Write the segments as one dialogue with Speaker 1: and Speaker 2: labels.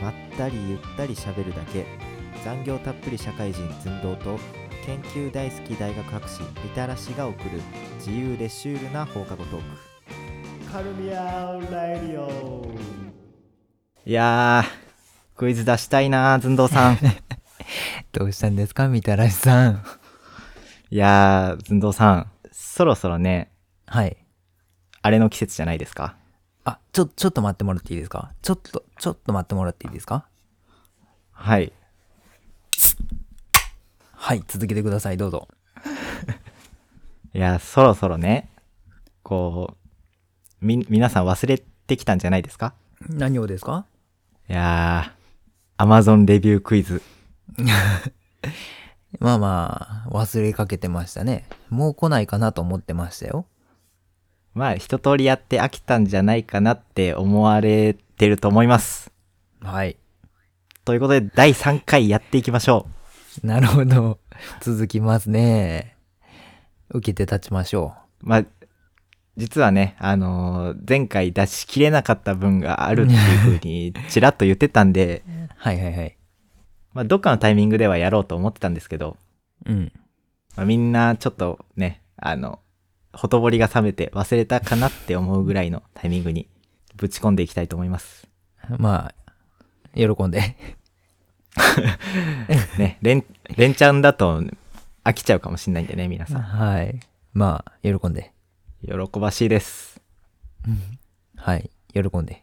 Speaker 1: まったりゆったりしゃべるだけ残業たっぷり社会人寸胴と研究大好き大学博士みたらしが送る自由でシュールな放課後トーク
Speaker 2: カルミアラディオ
Speaker 1: いやークイズ出したいなー寸 胴さん
Speaker 3: どうしたんですかみたらしさん。
Speaker 1: いやー寸胴さんそろそろね
Speaker 3: はい。
Speaker 1: あれの季節じゃないですか
Speaker 3: あ、ちょ、ちょっと待ってもらっていいですかちょっと、ちょっと待ってもらっていいですか
Speaker 1: はい
Speaker 3: はい、続けてください、どうぞ。
Speaker 1: いやそろそろねこうみ皆さん忘れてきたんじゃないですか
Speaker 3: 何をですか
Speaker 1: いやー Amazon レビュークイズ
Speaker 3: まあまあ、忘れかけてましたね。もう来ないかなと思ってましたよ。
Speaker 1: まあ一通りやって飽きたんじゃないかなって思われてると思います。
Speaker 3: はい。
Speaker 1: ということで第3回やっていきましょ
Speaker 3: なるほど。続きますね。受けて立ちましょ
Speaker 1: う。まあ実はね、あのー前回出しきれなかった分があるっていうふうにちらっと言ってたんで、
Speaker 3: う。はいはいはい。
Speaker 1: まあどっかのタイミングではやろうと思ってたんですけど、
Speaker 3: うん。
Speaker 1: まあみんなちょっとね、あの、ほとぼりが冷めて忘れたかなって思うぐらいのタイミングにぶち込んでいきたいと思います。
Speaker 3: まあ、喜ん で。
Speaker 1: ね、連、連チャンだと飽きちゃうかもしんないんでね、皆さん。
Speaker 3: はい。まあ、喜んで。
Speaker 1: 喜ばしいです。
Speaker 3: はい。喜んで。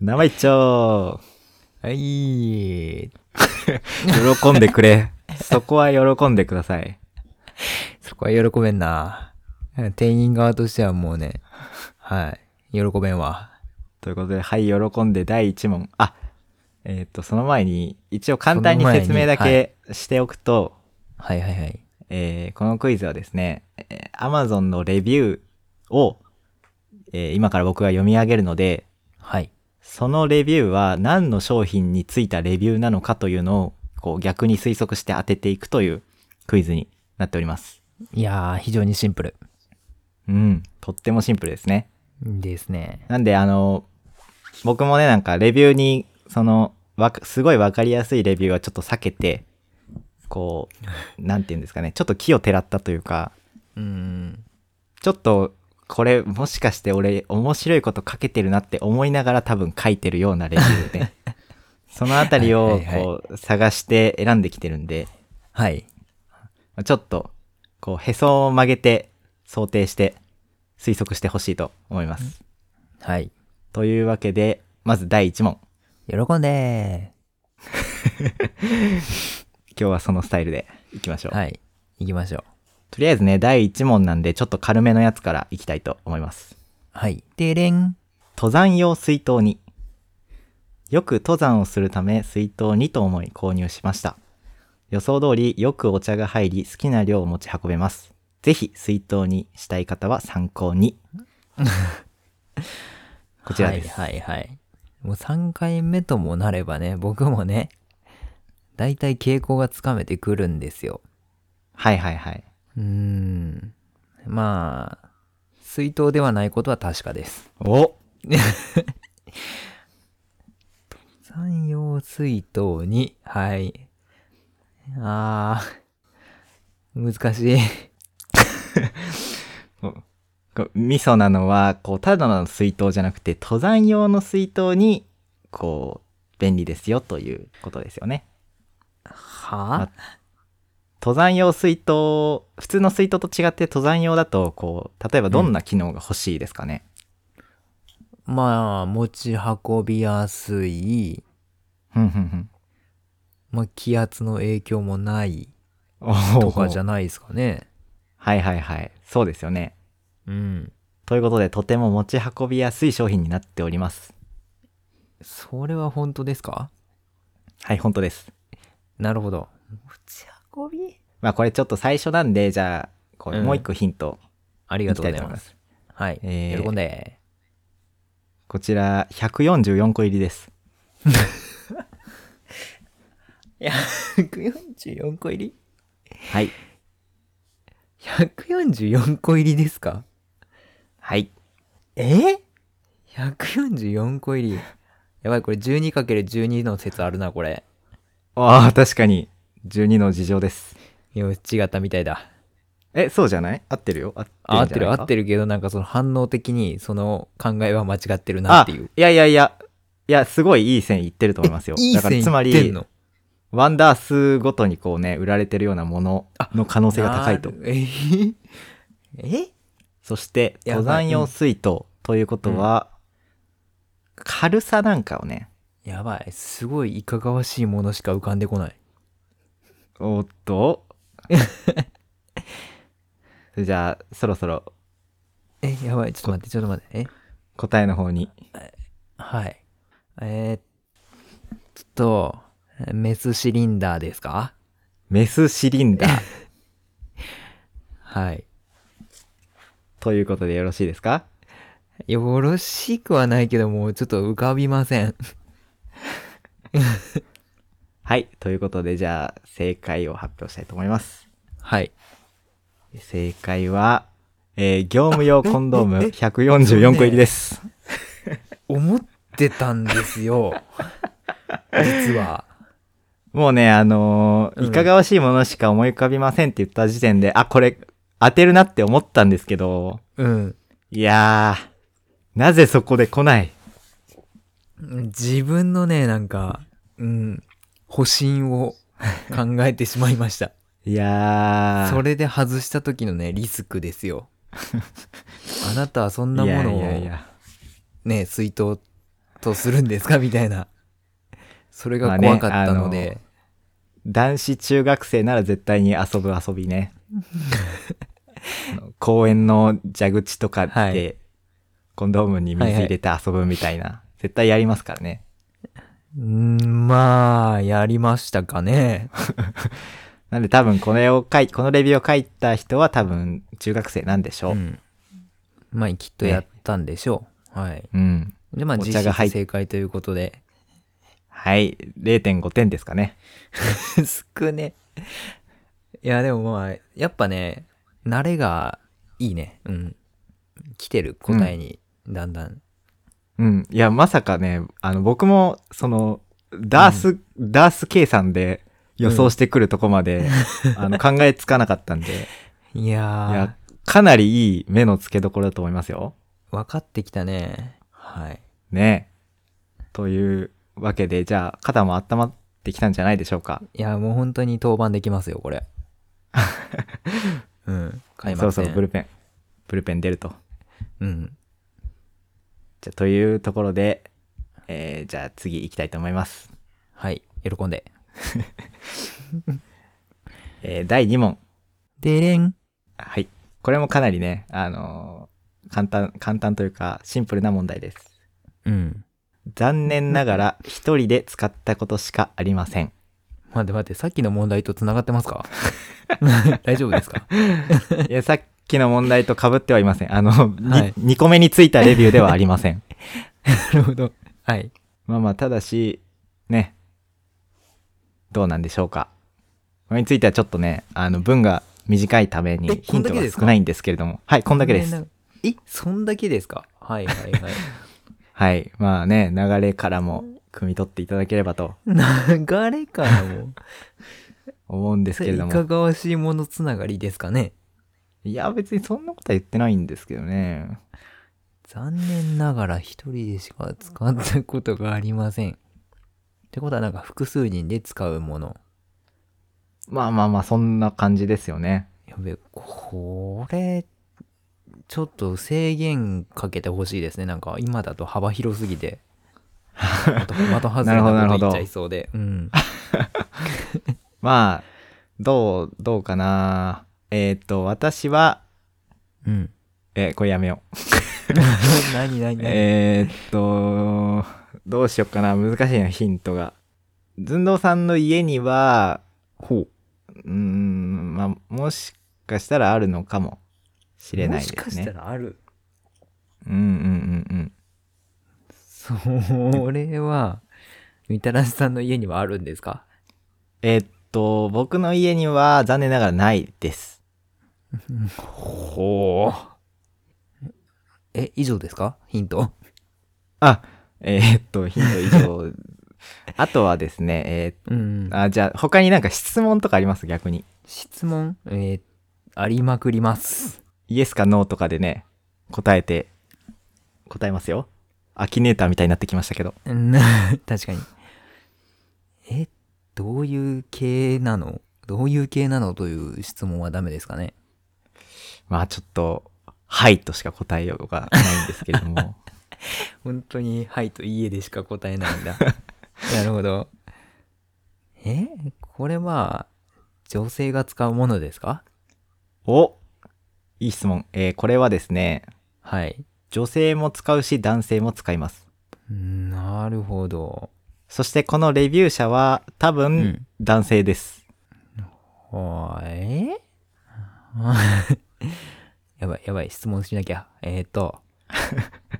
Speaker 1: 生一丁
Speaker 3: はい。
Speaker 1: 喜んでくれ。 そこは喜んでください。
Speaker 3: そこは喜べんな。店員側としてはもうね、はい。喜べんわ。
Speaker 1: ということで、はい、喜んで第1問。あ、えっ、と、その前に、一応簡単に
Speaker 3: その前に
Speaker 1: 説明だけしておくと、
Speaker 3: はいはいはい。
Speaker 1: えーこのクイズはですね、えー Amazon のレビューを、えー今から僕が読み上げるので、
Speaker 3: はい。
Speaker 1: そのレビューは何の商品についたレビューなのかというのを、こう逆に推測して当てていくというクイズになっております。
Speaker 3: いやー、非常にシンプル。
Speaker 1: うん、とってもシンプルですね。
Speaker 3: ですね。
Speaker 1: なんであの僕もねなんかレビューにそのわかすごい分かりやすいレビューはちょっと避けてこうなんて言うんですかねちょっと木をてらったというか
Speaker 3: うん。
Speaker 1: ちょっとこれもしかして俺面白いこと書けてるなって思いながら多分書いてるようなレビューでそのあたり
Speaker 3: は
Speaker 1: を
Speaker 3: いはいはい
Speaker 1: こう探して選んできてるんで
Speaker 3: はい。
Speaker 1: ちょっとこうへそを曲げて想定して推測してほしいと思います。
Speaker 3: はい。
Speaker 1: というわけでまず第1問。
Speaker 3: 喜んで
Speaker 1: 今日はそのスタイルでいきましょう、
Speaker 3: ー。はい。行きましょう。
Speaker 1: とりあえずね第1問なんでちょっと軽めのやつからいきたいと思います
Speaker 3: はい。てれん。
Speaker 1: 登山用水筒によく登山をするため水筒にと思い購入しました予想通りよくお茶が入り好きな量を持ち運べますぜひ水筒にしたい方は参考にこちらです、
Speaker 3: はいはいはい。もう3回目ともなればね、僕もね、だいたい傾向がつかめてくるんですよ。
Speaker 1: はい、はいはいう
Speaker 3: ーん。まあ、水筒ではないことは確かです。
Speaker 1: お
Speaker 3: 山陽水筒に、はい。あー、難しい。
Speaker 1: こうミソなのはこうただの水筒じゃなくて登山用の水筒にこう便利ですよということですよね
Speaker 3: は
Speaker 1: 登山用水筒普通の水筒と違って登山用だとこう例えばどんな機能が欲しいですかね、
Speaker 3: まあ、持ち運びやすい。
Speaker 1: ふんふんふん
Speaker 3: まあ、気圧の影響もない
Speaker 1: お
Speaker 3: と
Speaker 1: お
Speaker 3: かじゃないですかね。
Speaker 1: はいはいはいそうですよね
Speaker 3: うん。
Speaker 1: ということでとても持ち運びやすい商品になっております
Speaker 3: それは本当ですか
Speaker 1: はい本当です
Speaker 3: なるほど。持ち運び
Speaker 1: まあこれちょっと最初なんでじゃあこう
Speaker 3: うん
Speaker 1: もう一個ヒント、
Speaker 3: ありがとうございます。はい。
Speaker 1: えー
Speaker 3: 喜ん で。
Speaker 1: こちら144個入りです
Speaker 3: いや、144個入り
Speaker 1: はい
Speaker 3: ?144 個入りですか
Speaker 1: はい
Speaker 3: え144個入り。やばい、これ 12×12 の説あるな、これ。
Speaker 1: ああ、確かに。12の事情です。
Speaker 3: よ、違ったみたいだ。
Speaker 1: え、そうじゃない合ってるよ。合って
Speaker 3: あ合ってる合って
Speaker 1: るんじ
Speaker 3: るけど、なんかその反応的に、その考えは間違ってる
Speaker 1: ゃないか。
Speaker 3: なっていう。
Speaker 1: あ、いやいやいや。いや、すごいいい線いってると思いますよ。
Speaker 3: えいい
Speaker 1: だから
Speaker 3: 線
Speaker 1: つま
Speaker 3: い
Speaker 1: り
Speaker 3: ってんの
Speaker 1: ワンダースごとにこうね、売られてるようなものの可能性が高いと
Speaker 3: な。るえへえ
Speaker 1: そして、
Speaker 3: やば
Speaker 1: 登
Speaker 3: い
Speaker 1: 山用水筒ということは、軽さなんかをね、
Speaker 3: やばい。すごいいかがわしいものしか浮かんでこない。
Speaker 1: おっと。そ れじゃあ、そろそろ
Speaker 3: え、やばい。ちょっと待って、ちょっと待って。え
Speaker 1: 答えの方に。
Speaker 3: はい。えー、ちょっと、メスシリンダーですか
Speaker 1: メスシリンダー
Speaker 3: はい。
Speaker 1: ということでよろしいですか
Speaker 3: よろしくはないけど、もうちょっと浮かびません。
Speaker 1: はい。ということで、じゃあ、正解を発表したいと思います。
Speaker 3: はい。
Speaker 1: 正解は、えー業務用コンドーム144個入りです。
Speaker 3: 思ってたんです よ。実は。
Speaker 1: もうね、あのー
Speaker 3: うん
Speaker 1: いかがわしいものしか思い浮かびませんって言った時点で、あ、これ、当てるなって思ったんですけど、
Speaker 3: うん。
Speaker 1: いやー、なぜそこで来ない
Speaker 3: 自分のね、なんか、うん、保身 を考えてしまいました。
Speaker 1: いやー、
Speaker 3: それで外した時のね、リスクで すよ。あなたはそんなものを
Speaker 1: いやいやいや
Speaker 3: ね、水筒とするんですかみたいな。それ
Speaker 1: まあ
Speaker 3: が
Speaker 1: ね
Speaker 3: 怖かったので、
Speaker 1: 男子中学生なら絶対に遊ぶ遊び ね。あの公園の蛇口とかで、
Speaker 3: はい
Speaker 1: コンドームに水入れて遊ぶみたいな、絶対やりますからね。
Speaker 3: うんまあ、やりましたかね。
Speaker 1: なんで多分これを書い、このレビューを書いた人は多分中学生なんでしょう。う。
Speaker 3: うんん。まあ、きっとやったんでしょう。はい。で、まあ、
Speaker 1: お茶
Speaker 3: 実
Speaker 1: が入
Speaker 3: 質
Speaker 1: っ
Speaker 3: 正解ということで。
Speaker 1: はい。0.5点ですかね。
Speaker 3: 少ね。いや、でもまあ、やっぱね、慣れがいいね。うん。来てる答えに、だんだん。
Speaker 1: うん。いや、まさかね、あの、僕も、その、ダース、ダース計算で予想してくるとこまで、あの、考えつかなかったんで、
Speaker 3: い
Speaker 1: いや
Speaker 3: や、
Speaker 1: かなりいい目の付けどころだと思いますよ。
Speaker 3: ー、分かってきたね。はい。
Speaker 1: ね。というわけで、じゃあ、肩も温まってきたんじゃないでしょうか。
Speaker 3: いや、もう本当に登板できますよ、これ。うん。開
Speaker 1: そ
Speaker 3: 幕
Speaker 1: ろ
Speaker 3: 戦。
Speaker 1: そろブルペン、ブルペン出ると。
Speaker 3: うん。
Speaker 1: じゃあというところで、えーじゃあ次行きたいと思います。
Speaker 3: はい。喜んで。
Speaker 1: えー第2問。
Speaker 3: でれん。
Speaker 1: はい。これもかなりね、あのー簡単、簡単というか、シンプルな問題です。
Speaker 3: うん。
Speaker 1: 残念ながら、一人で使ったことしかありませ ん。
Speaker 3: 待って待って、さっきの問題と繋がってますか 大丈夫ですか
Speaker 1: いや、さっきの問題と被ってはいません。あの、
Speaker 3: はい
Speaker 1: 2個目についたレビューではありません。
Speaker 3: なるほど。はい。
Speaker 1: まあまあ、ただし、ね、どうなんでしょうか。これについてはちょっとね、あの、文が短いために
Speaker 3: え
Speaker 1: ヒン
Speaker 3: こんだ
Speaker 1: ト
Speaker 3: け
Speaker 1: が
Speaker 3: ですか
Speaker 1: 少ないんですけれども。はい、こんだけです。。
Speaker 3: え、そんだけですかはいはいはい。
Speaker 1: はい。まあね、流れからも汲み取っていただければと
Speaker 3: 流れかなもう。
Speaker 1: 思うんです
Speaker 3: そ
Speaker 1: けれ
Speaker 3: れい
Speaker 1: ど
Speaker 3: か
Speaker 1: も。
Speaker 3: がわしいものつながりですかね
Speaker 1: いや、別にそんなことは言ってないんですけどね。
Speaker 3: 残念ながら一人でしか使ったことがありません。ってことはなんか複数人で使うもの。
Speaker 1: まあまあまあ、そんな感じですよね。
Speaker 3: やべ、これ、ちょっと制限かけてほしいですね。なんか今だと幅広す ぎて。まとまと外れ
Speaker 1: な
Speaker 3: な
Speaker 1: る
Speaker 3: こ
Speaker 1: ほどなるほ
Speaker 3: と言
Speaker 1: ど
Speaker 3: っちゃいそうで。うん。
Speaker 1: まあ、どう、どうかな。えーっ、と、私は、
Speaker 3: うん。
Speaker 1: えーこれやめよう。
Speaker 3: 何何何、
Speaker 1: えーっと、どうしよっかな。難しいな、ヒントが。寸胴さんの家には、ほう。うーん、まあ、もしかしたらあるのかもしれない
Speaker 3: も
Speaker 1: です
Speaker 3: し
Speaker 1: ね。
Speaker 3: かしたらある。
Speaker 1: うんうんうんうん。
Speaker 3: それは、みたらしさんの家にはあるんですか
Speaker 1: えーっと、僕の家には残念ながらないです。
Speaker 3: ほう。え、以上ですかヒント。
Speaker 1: あ、えーっと、ヒント以上。あとはですね、え
Speaker 3: うん
Speaker 1: ーあ、じゃあ、他になんか質問とかあります逆に。
Speaker 3: 質問えーありまくります。
Speaker 1: イエスかノーとかでね、答えて、答えますよ。アキネーターみたいになってきましたけど。
Speaker 3: うん 確かに。え、どういう系なのどういう系なのという質問はダメですかね
Speaker 1: まあ、ちょっと、はいとしか答えようがないんですけれど も。
Speaker 3: 本当に、はいといいえでしか答えないんだ。 なるほど。えこれは、女性が使うものですか
Speaker 1: おいい質問。えーこれはですね、
Speaker 3: はい。
Speaker 1: 女性も使うし男性も使います。
Speaker 3: なるほど。
Speaker 1: そしてこのレビュー者は多
Speaker 3: う
Speaker 1: 分
Speaker 3: ん
Speaker 1: 男性です。
Speaker 3: はーい。 やばい、やばい、質問しなきゃ。えっ、ー、 と、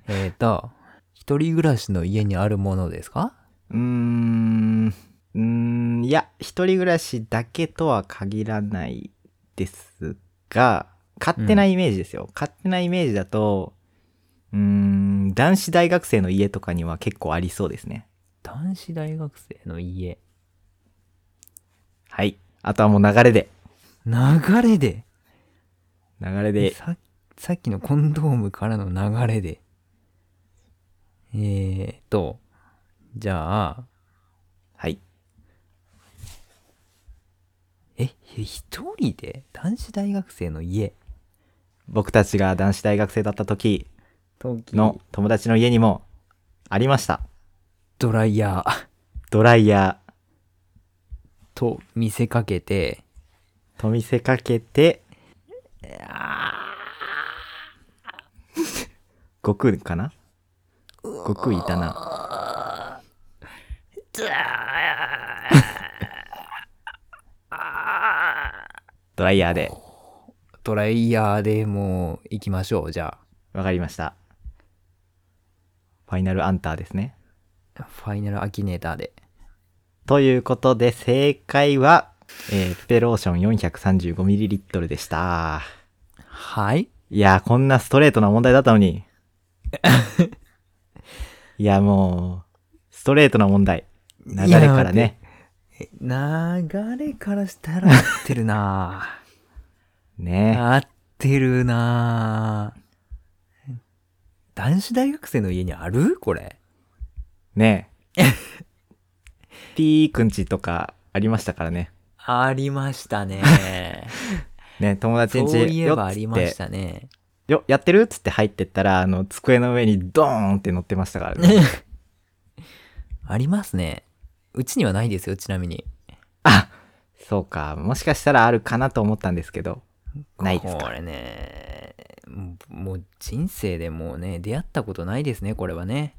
Speaker 3: えっと、一人暮らしの家にあるものですか
Speaker 1: うーん、うーん、いや、一人暮らしだけとは限らないですが、勝手なイメージですよ。勝手なイメージだと、うーん、男子大学生の家とかには結構ありそうですね。
Speaker 3: 男子大学生の家。
Speaker 1: はい。あとはもう流れで。
Speaker 3: 流れで
Speaker 1: 流れで。
Speaker 3: ささっきのコンドームからの流れで。えーと、じゃあ、
Speaker 1: はい。
Speaker 3: え、一人で男子大学生の家
Speaker 1: 僕たちが男子大学生だった時
Speaker 3: の
Speaker 1: の友達の家にもありました。
Speaker 3: ドライヤー
Speaker 1: ドライヤー。
Speaker 3: と見せかけて、
Speaker 1: と見せかけて、悟空かな悟空いたな。ドライヤーで。
Speaker 3: ドライヤーでもう行きましょう、じゃ
Speaker 1: わかりました。ファイナルアンターですね。
Speaker 3: あ。ファイナルアキネーターで。
Speaker 1: ということで、正解は、えー、ペペローション 435ml でした。
Speaker 3: はい
Speaker 1: いやー、こんなストレートな問題だったの に。いや、もう、ストレートな問題。流れからね。
Speaker 3: 流れからしたら合ってるな
Speaker 1: ね
Speaker 3: 合ってるな男子大学生の家にあるこれ。
Speaker 1: ね ピーくんちとかありましたからね。
Speaker 3: ありましたね。
Speaker 1: ね、友達ん
Speaker 3: そう
Speaker 1: ち
Speaker 3: いえ
Speaker 1: よ
Speaker 3: ば
Speaker 1: っ
Speaker 3: あ
Speaker 1: つ
Speaker 3: り
Speaker 1: っ、
Speaker 3: ましてたね。
Speaker 1: よ、やってるっつって入ってったら、あの、机の上にドーンって乗ってましたからね。
Speaker 3: ありますね。うちにはないですよ、ちなみに。
Speaker 1: あそうか。もしかしたらあるかなと思ったんですけど、ないです
Speaker 3: こ
Speaker 1: か。
Speaker 3: れね、もうもう人生でもうね、出会ったことないですね、これは ね。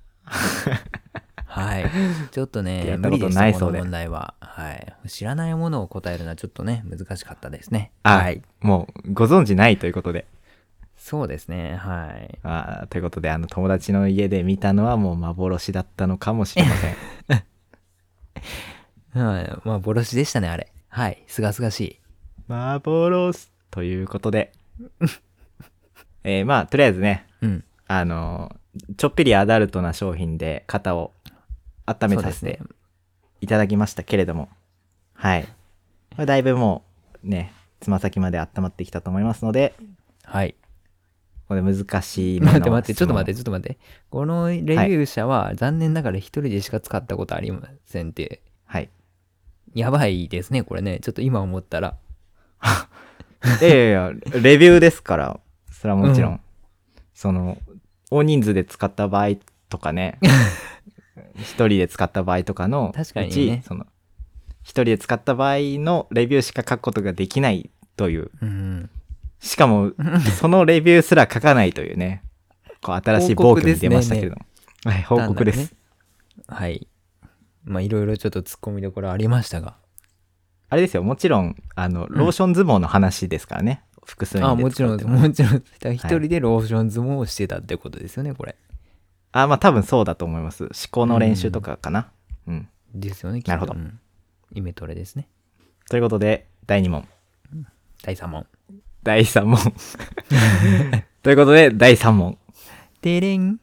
Speaker 3: はい。ちょっと
Speaker 1: 出
Speaker 3: ね、
Speaker 1: 会った
Speaker 3: 無
Speaker 1: こ
Speaker 3: 理
Speaker 1: と
Speaker 3: でし
Speaker 1: な
Speaker 3: た
Speaker 1: い
Speaker 3: こ
Speaker 1: そう
Speaker 3: の
Speaker 1: で
Speaker 3: 問題は。はい。知らないものを答えるのはちょっとね、難しかったですね。
Speaker 1: あ、
Speaker 3: はい。
Speaker 1: もう、ご存知ないということで。
Speaker 3: そうですね、はい。
Speaker 1: あーということで、あの、友達の家で見たのはもう幻だったのかもしれませ ん。
Speaker 3: うん、まあ、ボロシでしたね、あれ。はい。すがすがしい。
Speaker 1: 幻ということ で。えーまあ、とりあえずね、
Speaker 3: うん。
Speaker 1: あの、ちょっぴりアダルトな商品で肩を温め
Speaker 3: そう
Speaker 1: さ
Speaker 3: で
Speaker 1: せ
Speaker 3: すね
Speaker 1: て。いただきましたけれども、はい。これだいぶもう、ね、つま先まで温まってきたと思いますので、
Speaker 3: はい。
Speaker 1: これ難しい。
Speaker 3: 待って待って、ちょっと待ってて、ちょっと待って。このレビュー者は、残念ながら一人でしか使ったことありませんって。
Speaker 1: はい。
Speaker 3: やばいですね、これね。ちょっと今思ったら。
Speaker 1: いやいやいや、レビューですから、それはもちろん、
Speaker 3: うん
Speaker 1: その、大人数で使った場合とか ね、一人で使った場合とかのうち、
Speaker 3: 確かにね
Speaker 1: その、一人で使った場合のレビューしか書くことができないという、
Speaker 3: うん。
Speaker 1: しか も、そのレビューすら書かないというね、こう新しい
Speaker 3: 報
Speaker 1: 暴
Speaker 3: 告
Speaker 1: 挙
Speaker 3: で
Speaker 1: に
Speaker 3: すね
Speaker 1: 出ましたけれども。はい、報告です。
Speaker 3: 単なるねはい。まあ、いろいろちょっと突っ込みどころありましたが。
Speaker 1: あれですよ、もちろん、あの、ローション相撲の話ですからね、複数人で使
Speaker 3: あ、
Speaker 1: って
Speaker 3: もちろん、
Speaker 1: ます
Speaker 3: もちろん。だから一人でローション相撲をしてたってことですよね、これ。
Speaker 1: あ、まあ多分そうだと思います。思考の練習とかかな。うん。
Speaker 3: ですよね、きっと
Speaker 1: なるほど
Speaker 3: うんイメトレですね。
Speaker 1: ということで、第2問。
Speaker 3: 第3問。
Speaker 1: 第3問。ということで、第3問。
Speaker 3: てれん。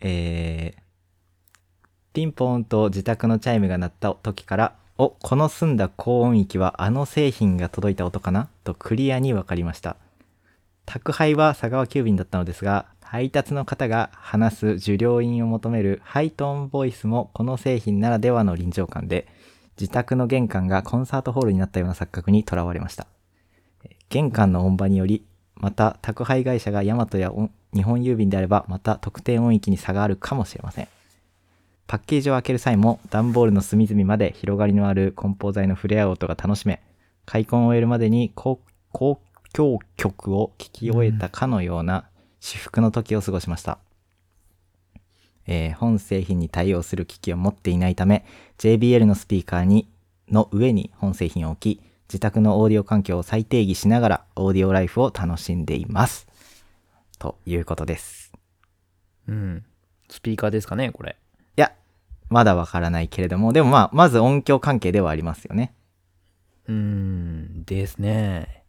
Speaker 1: えー、ピンポーンと自宅のチャイムが鳴った時から、お、この澄んだ高音域はあの製品が届いた音かなとクリアに分かりました。宅配は佐川急便だったのですが、配達の方が話す受領員を求めるハイトーンボイスもこの製品ならではの臨場感で、自宅の玄関がコンサートホールになったような錯覚にとらわれました。えー玄関の音場により、また宅配会社がヤマトやお日本郵便であれば、また特定音域に差があるかもしれません。パッケージを開ける際も段ボールの隅々まで広がりのある梱包材の触れ合う音が楽しめ開墾を終えるまでに交交響曲を聴き終えたかのような至福の時を過ごしました、えー本製品に対応する機器を持っていないため JBL のスピーカーにの上に本製品を置き自宅のオーディオ環境を再定義しながらオーディオライフを楽しんでいますということです
Speaker 3: うん。スピーカーですかね、これ。
Speaker 1: いや、まだわからないけれども、でもまあ、まず音響関係ではありますよね。
Speaker 3: うーん、ですね。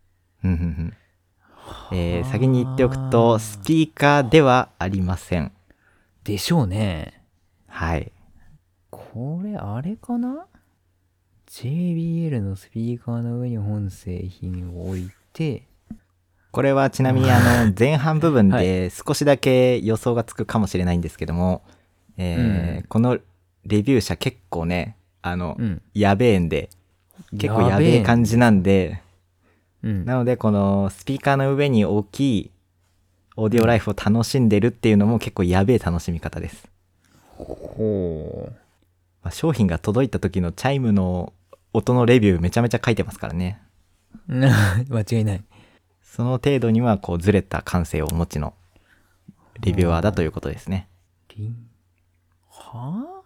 Speaker 1: うんうんうんえー先に言っておくと、スピーカーではありません。
Speaker 3: でしょうね。
Speaker 1: はい。
Speaker 3: これ、あれかな ?JBL のスピーカーの上に本製品を置いて、
Speaker 1: これはちなみにあ の、前半部分
Speaker 3: は
Speaker 1: で少しだけ予想がつくかもしれないんですけども、えー
Speaker 3: うん
Speaker 1: このレビュー者結構ね、あの、
Speaker 3: うん。
Speaker 1: やべえんで、結構やべえ感
Speaker 3: じ。
Speaker 1: じなんで、
Speaker 3: うん。
Speaker 1: なのでこのスピーカーの上に置き、オーディオライフを楽しんでるっていうのも結構やべえ楽しみ方です。
Speaker 3: ほう。
Speaker 1: まあ、商品が届いた時のチャイムの音のレビューめちゃめちゃ書いてますからね。
Speaker 3: 間違いない。
Speaker 1: その程度にはこうずれた感性をお持ちのレビュアーだということですね。
Speaker 3: リンはあ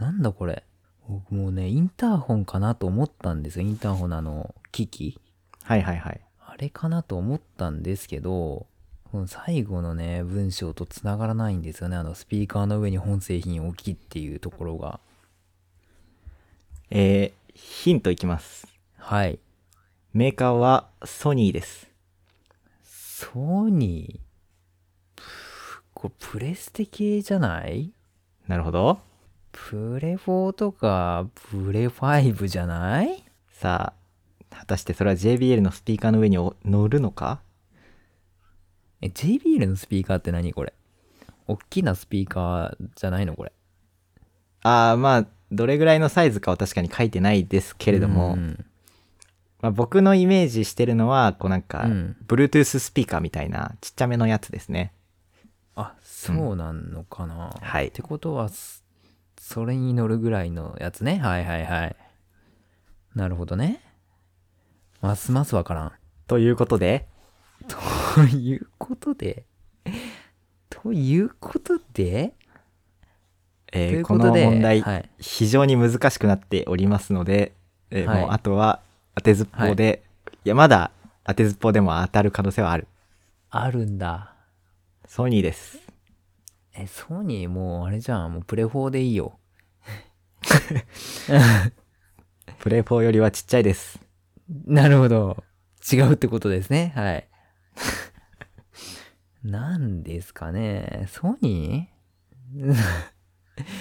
Speaker 3: なんだこれ。僕もうね、インターホンかなと思ったんですよ。インターホンのあの、機器。
Speaker 1: はいはいはい。
Speaker 3: あれかなと思ったんですけど、この最後のね、文章と繋がらないんですよね。あの、スピーカーの上に本製品を置きっていうところが。
Speaker 1: えー、ヒントいきます。
Speaker 3: はい。
Speaker 1: メーカーはソニーです。
Speaker 3: ソニー。これ、プレステ系じゃない
Speaker 1: なるほど。
Speaker 3: プレ4とか、プレ5じゃない
Speaker 1: さあ、果たしてそれは JBL のスピーカーの上にお乗るのか
Speaker 3: え、JBL のスピーカーって何これ大きなスピーカーじゃないのこれ。
Speaker 1: ああ、まあ、どれぐらいのサイズかは確かに書いてないですけれども、
Speaker 3: うん
Speaker 1: まあ、僕のイメージしてるのは、こうなんか、
Speaker 3: うん
Speaker 1: Bluetooth スピーカーみたいなちっちゃめのやつですね。
Speaker 3: あ、そうなのかな、
Speaker 1: はい
Speaker 3: ってことは、すそれに乗るぐらいのやつね。はいはいはい。なるほどね。ますますわからん。
Speaker 1: ということで、
Speaker 3: ということで、ということで、
Speaker 1: えー
Speaker 3: という
Speaker 1: こ
Speaker 3: こと
Speaker 1: の
Speaker 3: で
Speaker 1: 問題、
Speaker 3: はい
Speaker 1: 非常に難しくなっておりますので、えー
Speaker 3: はい
Speaker 1: もうあとは当てずっぽうで、い、やまだ当てずっぽうでも当たる可能性はある
Speaker 3: あるんだ。
Speaker 1: ソニーです
Speaker 3: え、ソニーもうあれじゃん。もうプレ4でいいよ。
Speaker 1: プレイ4よりはちっちゃいです
Speaker 3: なるほど。違うってことですね。はい。 なんですかね。ソニ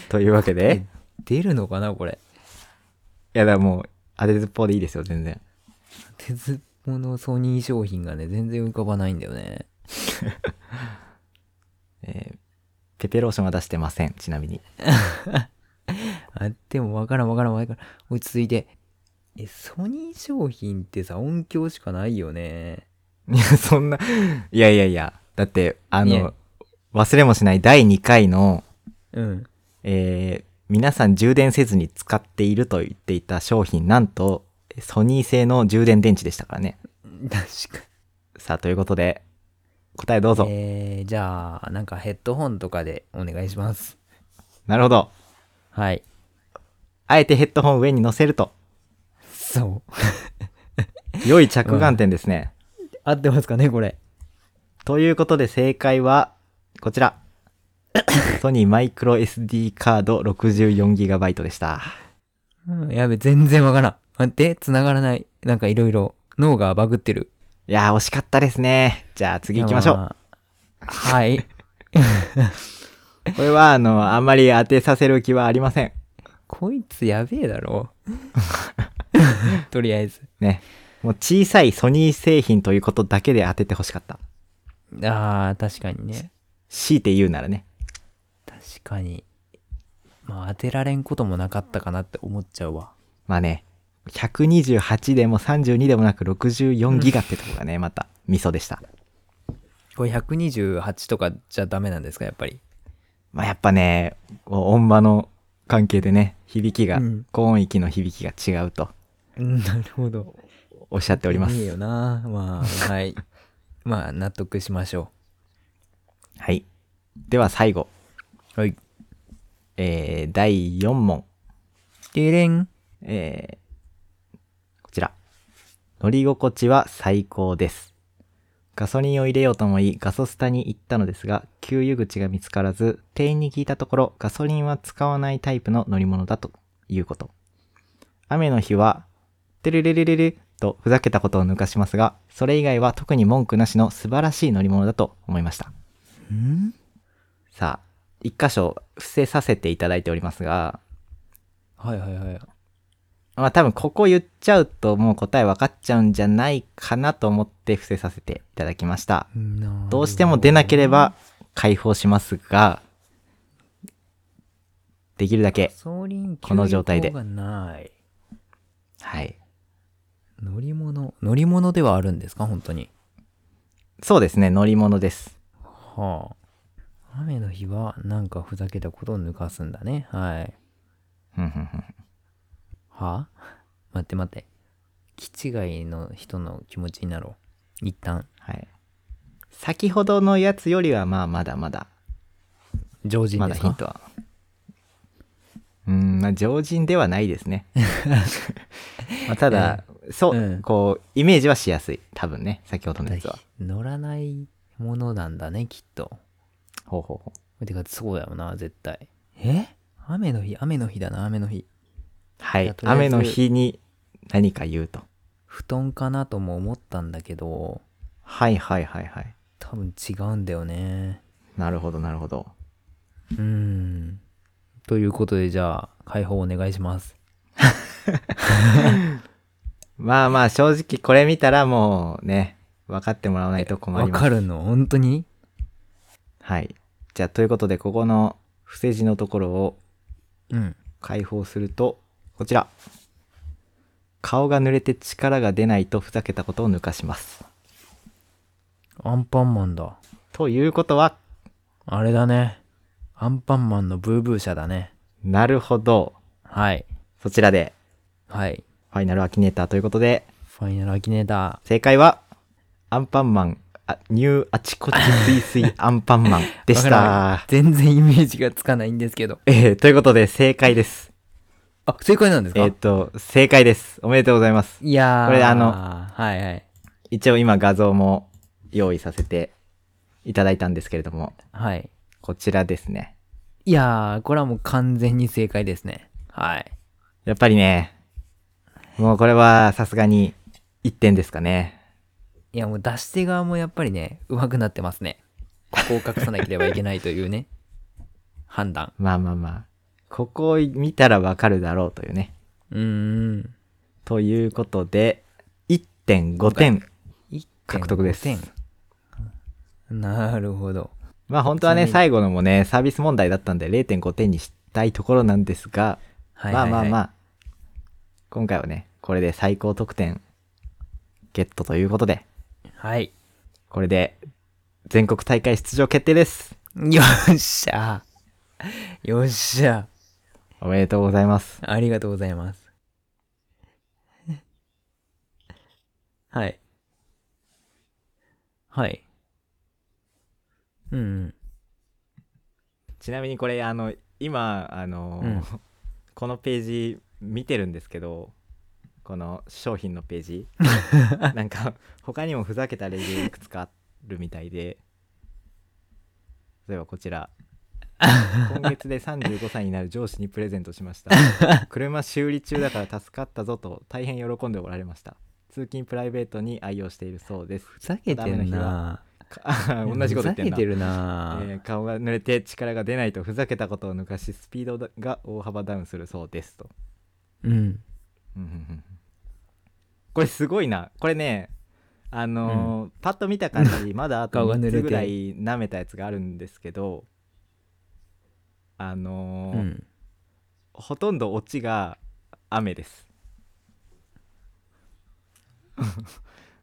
Speaker 1: というわけ
Speaker 3: ー
Speaker 1: で
Speaker 3: 出るのかなこれ。
Speaker 1: いやだからもう当てずっぽうでいいですよ全然
Speaker 3: 鉄物のソニー商品がね、全然浮かばないんだよね。
Speaker 1: ペペローションは出してませんちなみに
Speaker 3: あ、でもわからんわからんわからん。落ち着いて。え、ソニー商品ってさ、音響しかないよね。
Speaker 1: いやそんないやいやいやだってあ
Speaker 3: いえ
Speaker 1: の忘れもしない第2回の
Speaker 3: うん。
Speaker 1: えー皆さん充電せずに使っていると言っていた商品、なんと、ソニー製の充電電池でしたからね。
Speaker 3: 確か
Speaker 1: さあ、ということで、答えどうぞ。
Speaker 3: に。えー、じゃあ、なんかヘッドホンとかでお願いします。
Speaker 1: なるほど。
Speaker 3: はい。
Speaker 1: あえてヘッドホンを上に乗せると、
Speaker 3: そう。
Speaker 1: 良い着眼点ですね。
Speaker 3: 合ってますかね、これ。
Speaker 1: ということで、正解は、こちら。ソニーマイクロ SD カード 64GB でした。
Speaker 3: うん、やべ、全然わからん。待って、繋がらない。なんかいろいろ、脳がバグってる。
Speaker 1: いやー、惜しかったですね。じゃあ次行きましょう。
Speaker 3: う。はい。
Speaker 1: これは、あの、あんまり当てさせる気はありません。
Speaker 3: こいつやべえだろ。 とりあえず。
Speaker 1: ね。もう小さいソニー製品ということだけで当ててほしかった。
Speaker 3: ああ、確かにね。
Speaker 1: 強いて言うならね。
Speaker 3: 確かに。まあ当てられんこともなかったかなって思っちゃうわ。
Speaker 1: まあね、128でも32でもなく64ギガってとこがね、また、ミソでした。
Speaker 3: これ128とかじゃダメなんですか、やっぱり。
Speaker 1: まあやっぱね、こう音場の関係でね、響きが、
Speaker 3: うん
Speaker 1: 高音域の響きが違うと
Speaker 3: なるほど。
Speaker 1: おっしゃっております
Speaker 3: いい。よな。まあ、はい。 まあ、納得しましょ
Speaker 1: はい。では最後、
Speaker 3: う。はい。
Speaker 1: えー、第4問。
Speaker 3: デレン。
Speaker 1: えーこちら。乗り心地は最高です。ガソリンを入れようと思い、ガソスタに行ったのですが、給油口が見つからず、店員に聞いたところ、ガソリンは使わないタイプの乗り物だということ。雨の日は、てるるるるるとふざけたことを抜かしますが、それ以外は特に文句なしの素晴らしい乗り物だと思いました。
Speaker 3: ん
Speaker 1: さあ、一箇所伏せさせていただいておりますが、
Speaker 3: はいはいはい。
Speaker 1: まあ多分ここ言っちゃうともう答え分かっちゃうんじゃないかなと思って伏せさせていただきました。どうしても出なければ解放しますが、できるだけ、この状態で
Speaker 3: がない。
Speaker 1: はい。
Speaker 3: 乗り物。乗り物ではあるんですか本当に。
Speaker 1: そうですね、乗り物です。
Speaker 3: はあ。雨の日はなんかふざけたことを抜かすんだね。はい。
Speaker 1: ふんふんふん
Speaker 3: はあ待って待って。気違いの人の気持ちになろう。一旦、
Speaker 1: はい。先ほどのやつよりはまあまだまだ、
Speaker 3: 常人
Speaker 1: ま
Speaker 3: で
Speaker 1: だ
Speaker 3: す
Speaker 1: ヒ
Speaker 3: か、
Speaker 1: ントは。うん、まあ常人ではないです ね。まあただ、そう、
Speaker 3: うん
Speaker 1: こう、イメージはしやすい。多分ね、先ほどのやつは。
Speaker 3: 乗らないものなんだね、きっと。
Speaker 1: ほうほうほう。
Speaker 3: てか、そうだよな、絶対。え雨の日、雨の日だな、雨の日。
Speaker 1: は
Speaker 3: じゃ
Speaker 1: い
Speaker 3: あ。とりあえず
Speaker 1: 雨の日に何か言うと。
Speaker 3: 布団かなとも思ったんだけど、
Speaker 1: はいはいはいはい。
Speaker 3: 多分違うんだよね。
Speaker 1: なるほどなるほど。
Speaker 3: うーん。ということで、じゃあ、解放お願いします。
Speaker 1: まあまあ正直これ見たらもうね、分かってもらわないと困
Speaker 3: わ
Speaker 1: ります。
Speaker 3: かるの本当に
Speaker 1: はい。じゃあということでここの伏せ字のところを
Speaker 3: うん。
Speaker 1: 解放すると、こちら。顔が濡れて力が出ないとふざけたことを抜かします。
Speaker 3: アンパンマンだ。
Speaker 1: ということは、
Speaker 3: あれだね。アンパンマンのブーブー社だね。
Speaker 1: なるほど。
Speaker 3: はい。
Speaker 1: そちらで、
Speaker 3: はい。
Speaker 1: ファイナルアキネーターということで、
Speaker 3: ファイナルアキネータ
Speaker 1: 正解は、アンパンマン、あニューあちこちすいすい アンパンマン
Speaker 3: ー。
Speaker 1: でし
Speaker 3: わからない
Speaker 1: た。
Speaker 3: 全然イメージがつかないんですけど。
Speaker 1: えーということで、正解です。
Speaker 3: あ、正解なんですか、
Speaker 1: えっ、と、正解です。おめでとうございます。
Speaker 3: いやー。
Speaker 1: これあの
Speaker 3: はいはい。
Speaker 1: 一応今画像も用意させていただいたんですけれども、
Speaker 3: はい。
Speaker 1: こちらですね。
Speaker 3: いやー、これはもう完全に正解ですね。はい。
Speaker 1: やっぱりね、もうこれはさすがに1点ですかね。
Speaker 3: いや、もう出し手側もやっぱりね、上手くなってますね。ここを隠さなければいけないというね、 判断。
Speaker 1: まあまあまあ、ここを見たらわかるだろうというね。
Speaker 3: うーん。
Speaker 1: ということで、1.5点。獲
Speaker 3: 獲
Speaker 1: 得です
Speaker 3: なるほど。
Speaker 1: まあ本当はね、
Speaker 3: ちなみに
Speaker 1: 最後のもね、サービス問題だったんで0.5点にしたいところなんですが、
Speaker 3: はいはいはい、
Speaker 1: まあまあま
Speaker 3: あ。
Speaker 1: あ、今回はね、これで最高得点ゲットということで、
Speaker 3: はい。
Speaker 1: これで全国大会出場決定です。
Speaker 3: よっしゃ。よっしゃ。
Speaker 1: おめでとうございます。
Speaker 3: ありがとうございます。 はい。はい。うんうん。
Speaker 1: ちなみにこれ、あの、今、あの、
Speaker 3: うん
Speaker 1: このページ見てるんですけど、この商品のページ。なんか、他にもふざけたレビューいくつかあるみたいで、例えばこちら。今月で35歳になる上司にプレゼントしました車修理中だから助かったぞと大変喜んでおられました通勤プライベートに愛用しているそうです
Speaker 3: ふざけて
Speaker 1: ダメな
Speaker 3: る
Speaker 1: 日は
Speaker 3: な
Speaker 1: か 同じこと言ってん
Speaker 3: ふざ
Speaker 1: な
Speaker 3: けてるな
Speaker 1: えー顔が濡れて力が出ないとふざけたことを抜かしスピードが大幅ダウンするそうですと
Speaker 3: うん。
Speaker 1: うんうんうんこれすごいなこれねあのーパッと見た感じまだあと
Speaker 3: 顔が濡
Speaker 1: 3
Speaker 3: れ
Speaker 1: つ
Speaker 3: て
Speaker 1: ぐらい舐めたやつがあるんですけどあ
Speaker 3: う
Speaker 1: のー
Speaker 3: ん。
Speaker 1: ほとんどオチが雨です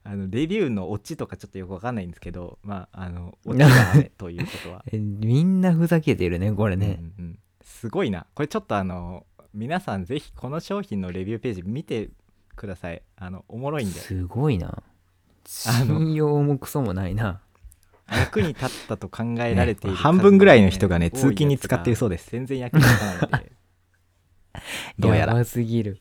Speaker 1: あのレビューのオチとかちょっとよくわかんないんですけどまああのオチが雨ということは
Speaker 3: えみんなふざけてるね、これね。
Speaker 1: うんうん、すごいなこれちょっとあの皆さんぜひこの商品のレビューページ見てくださいあのおもろいんで
Speaker 3: すごいな。
Speaker 1: あの
Speaker 3: 信用もクソもない な。
Speaker 1: 役に立ったと考えられている、
Speaker 3: ね
Speaker 1: 半分ぐらいの人がね
Speaker 3: 多い
Speaker 1: 通勤に使っているそうです全然役に立たないんで どうやら
Speaker 3: ばすぎる。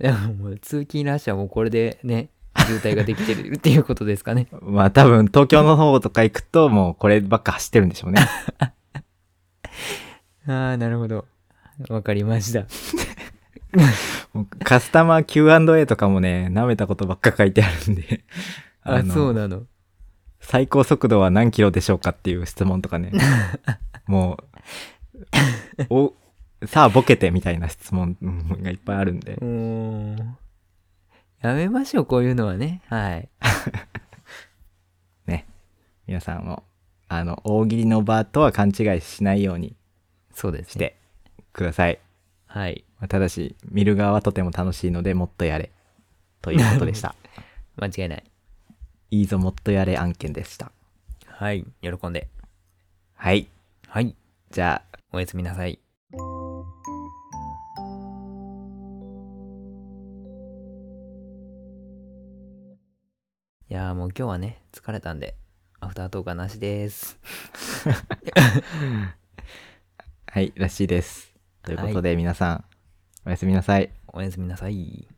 Speaker 3: いや、もう通勤ラッシュはもうこれでね、渋滞ができて るっていうことですかね。
Speaker 1: まあ多分東京の方とか行くともうこればっか走ってるんでしょう ね
Speaker 3: ああ、なるほど。わかりました。
Speaker 1: もうカスタマー Q&A とかもね舐めたことばっか書いてあるんで
Speaker 3: あ、
Speaker 1: の
Speaker 3: そうなの。
Speaker 1: 最高速度は何キロでしょうかっていう質問とかねもうおさあボケてみたいな質問うんがいっぱいあるんで
Speaker 3: うーん。やめましょう、こういうのはね。はい。
Speaker 1: ね皆さんもあの大喜利の場とは勘違いしないように
Speaker 3: そうですね。
Speaker 1: してください、
Speaker 3: はい。
Speaker 1: まあただし見る側はとても楽しいのでもっとやれということでした
Speaker 3: 間違いない。
Speaker 1: いいぞもっとやれ案件でした
Speaker 3: はい。喜んで。
Speaker 1: はい
Speaker 3: はい。
Speaker 1: じゃあ
Speaker 3: おやすみなさい。いやーもう今日はね、疲れたんで、アフタートークはなしです。
Speaker 1: はいらしいですということで皆さんおやすみなさい
Speaker 3: おやすみなさい。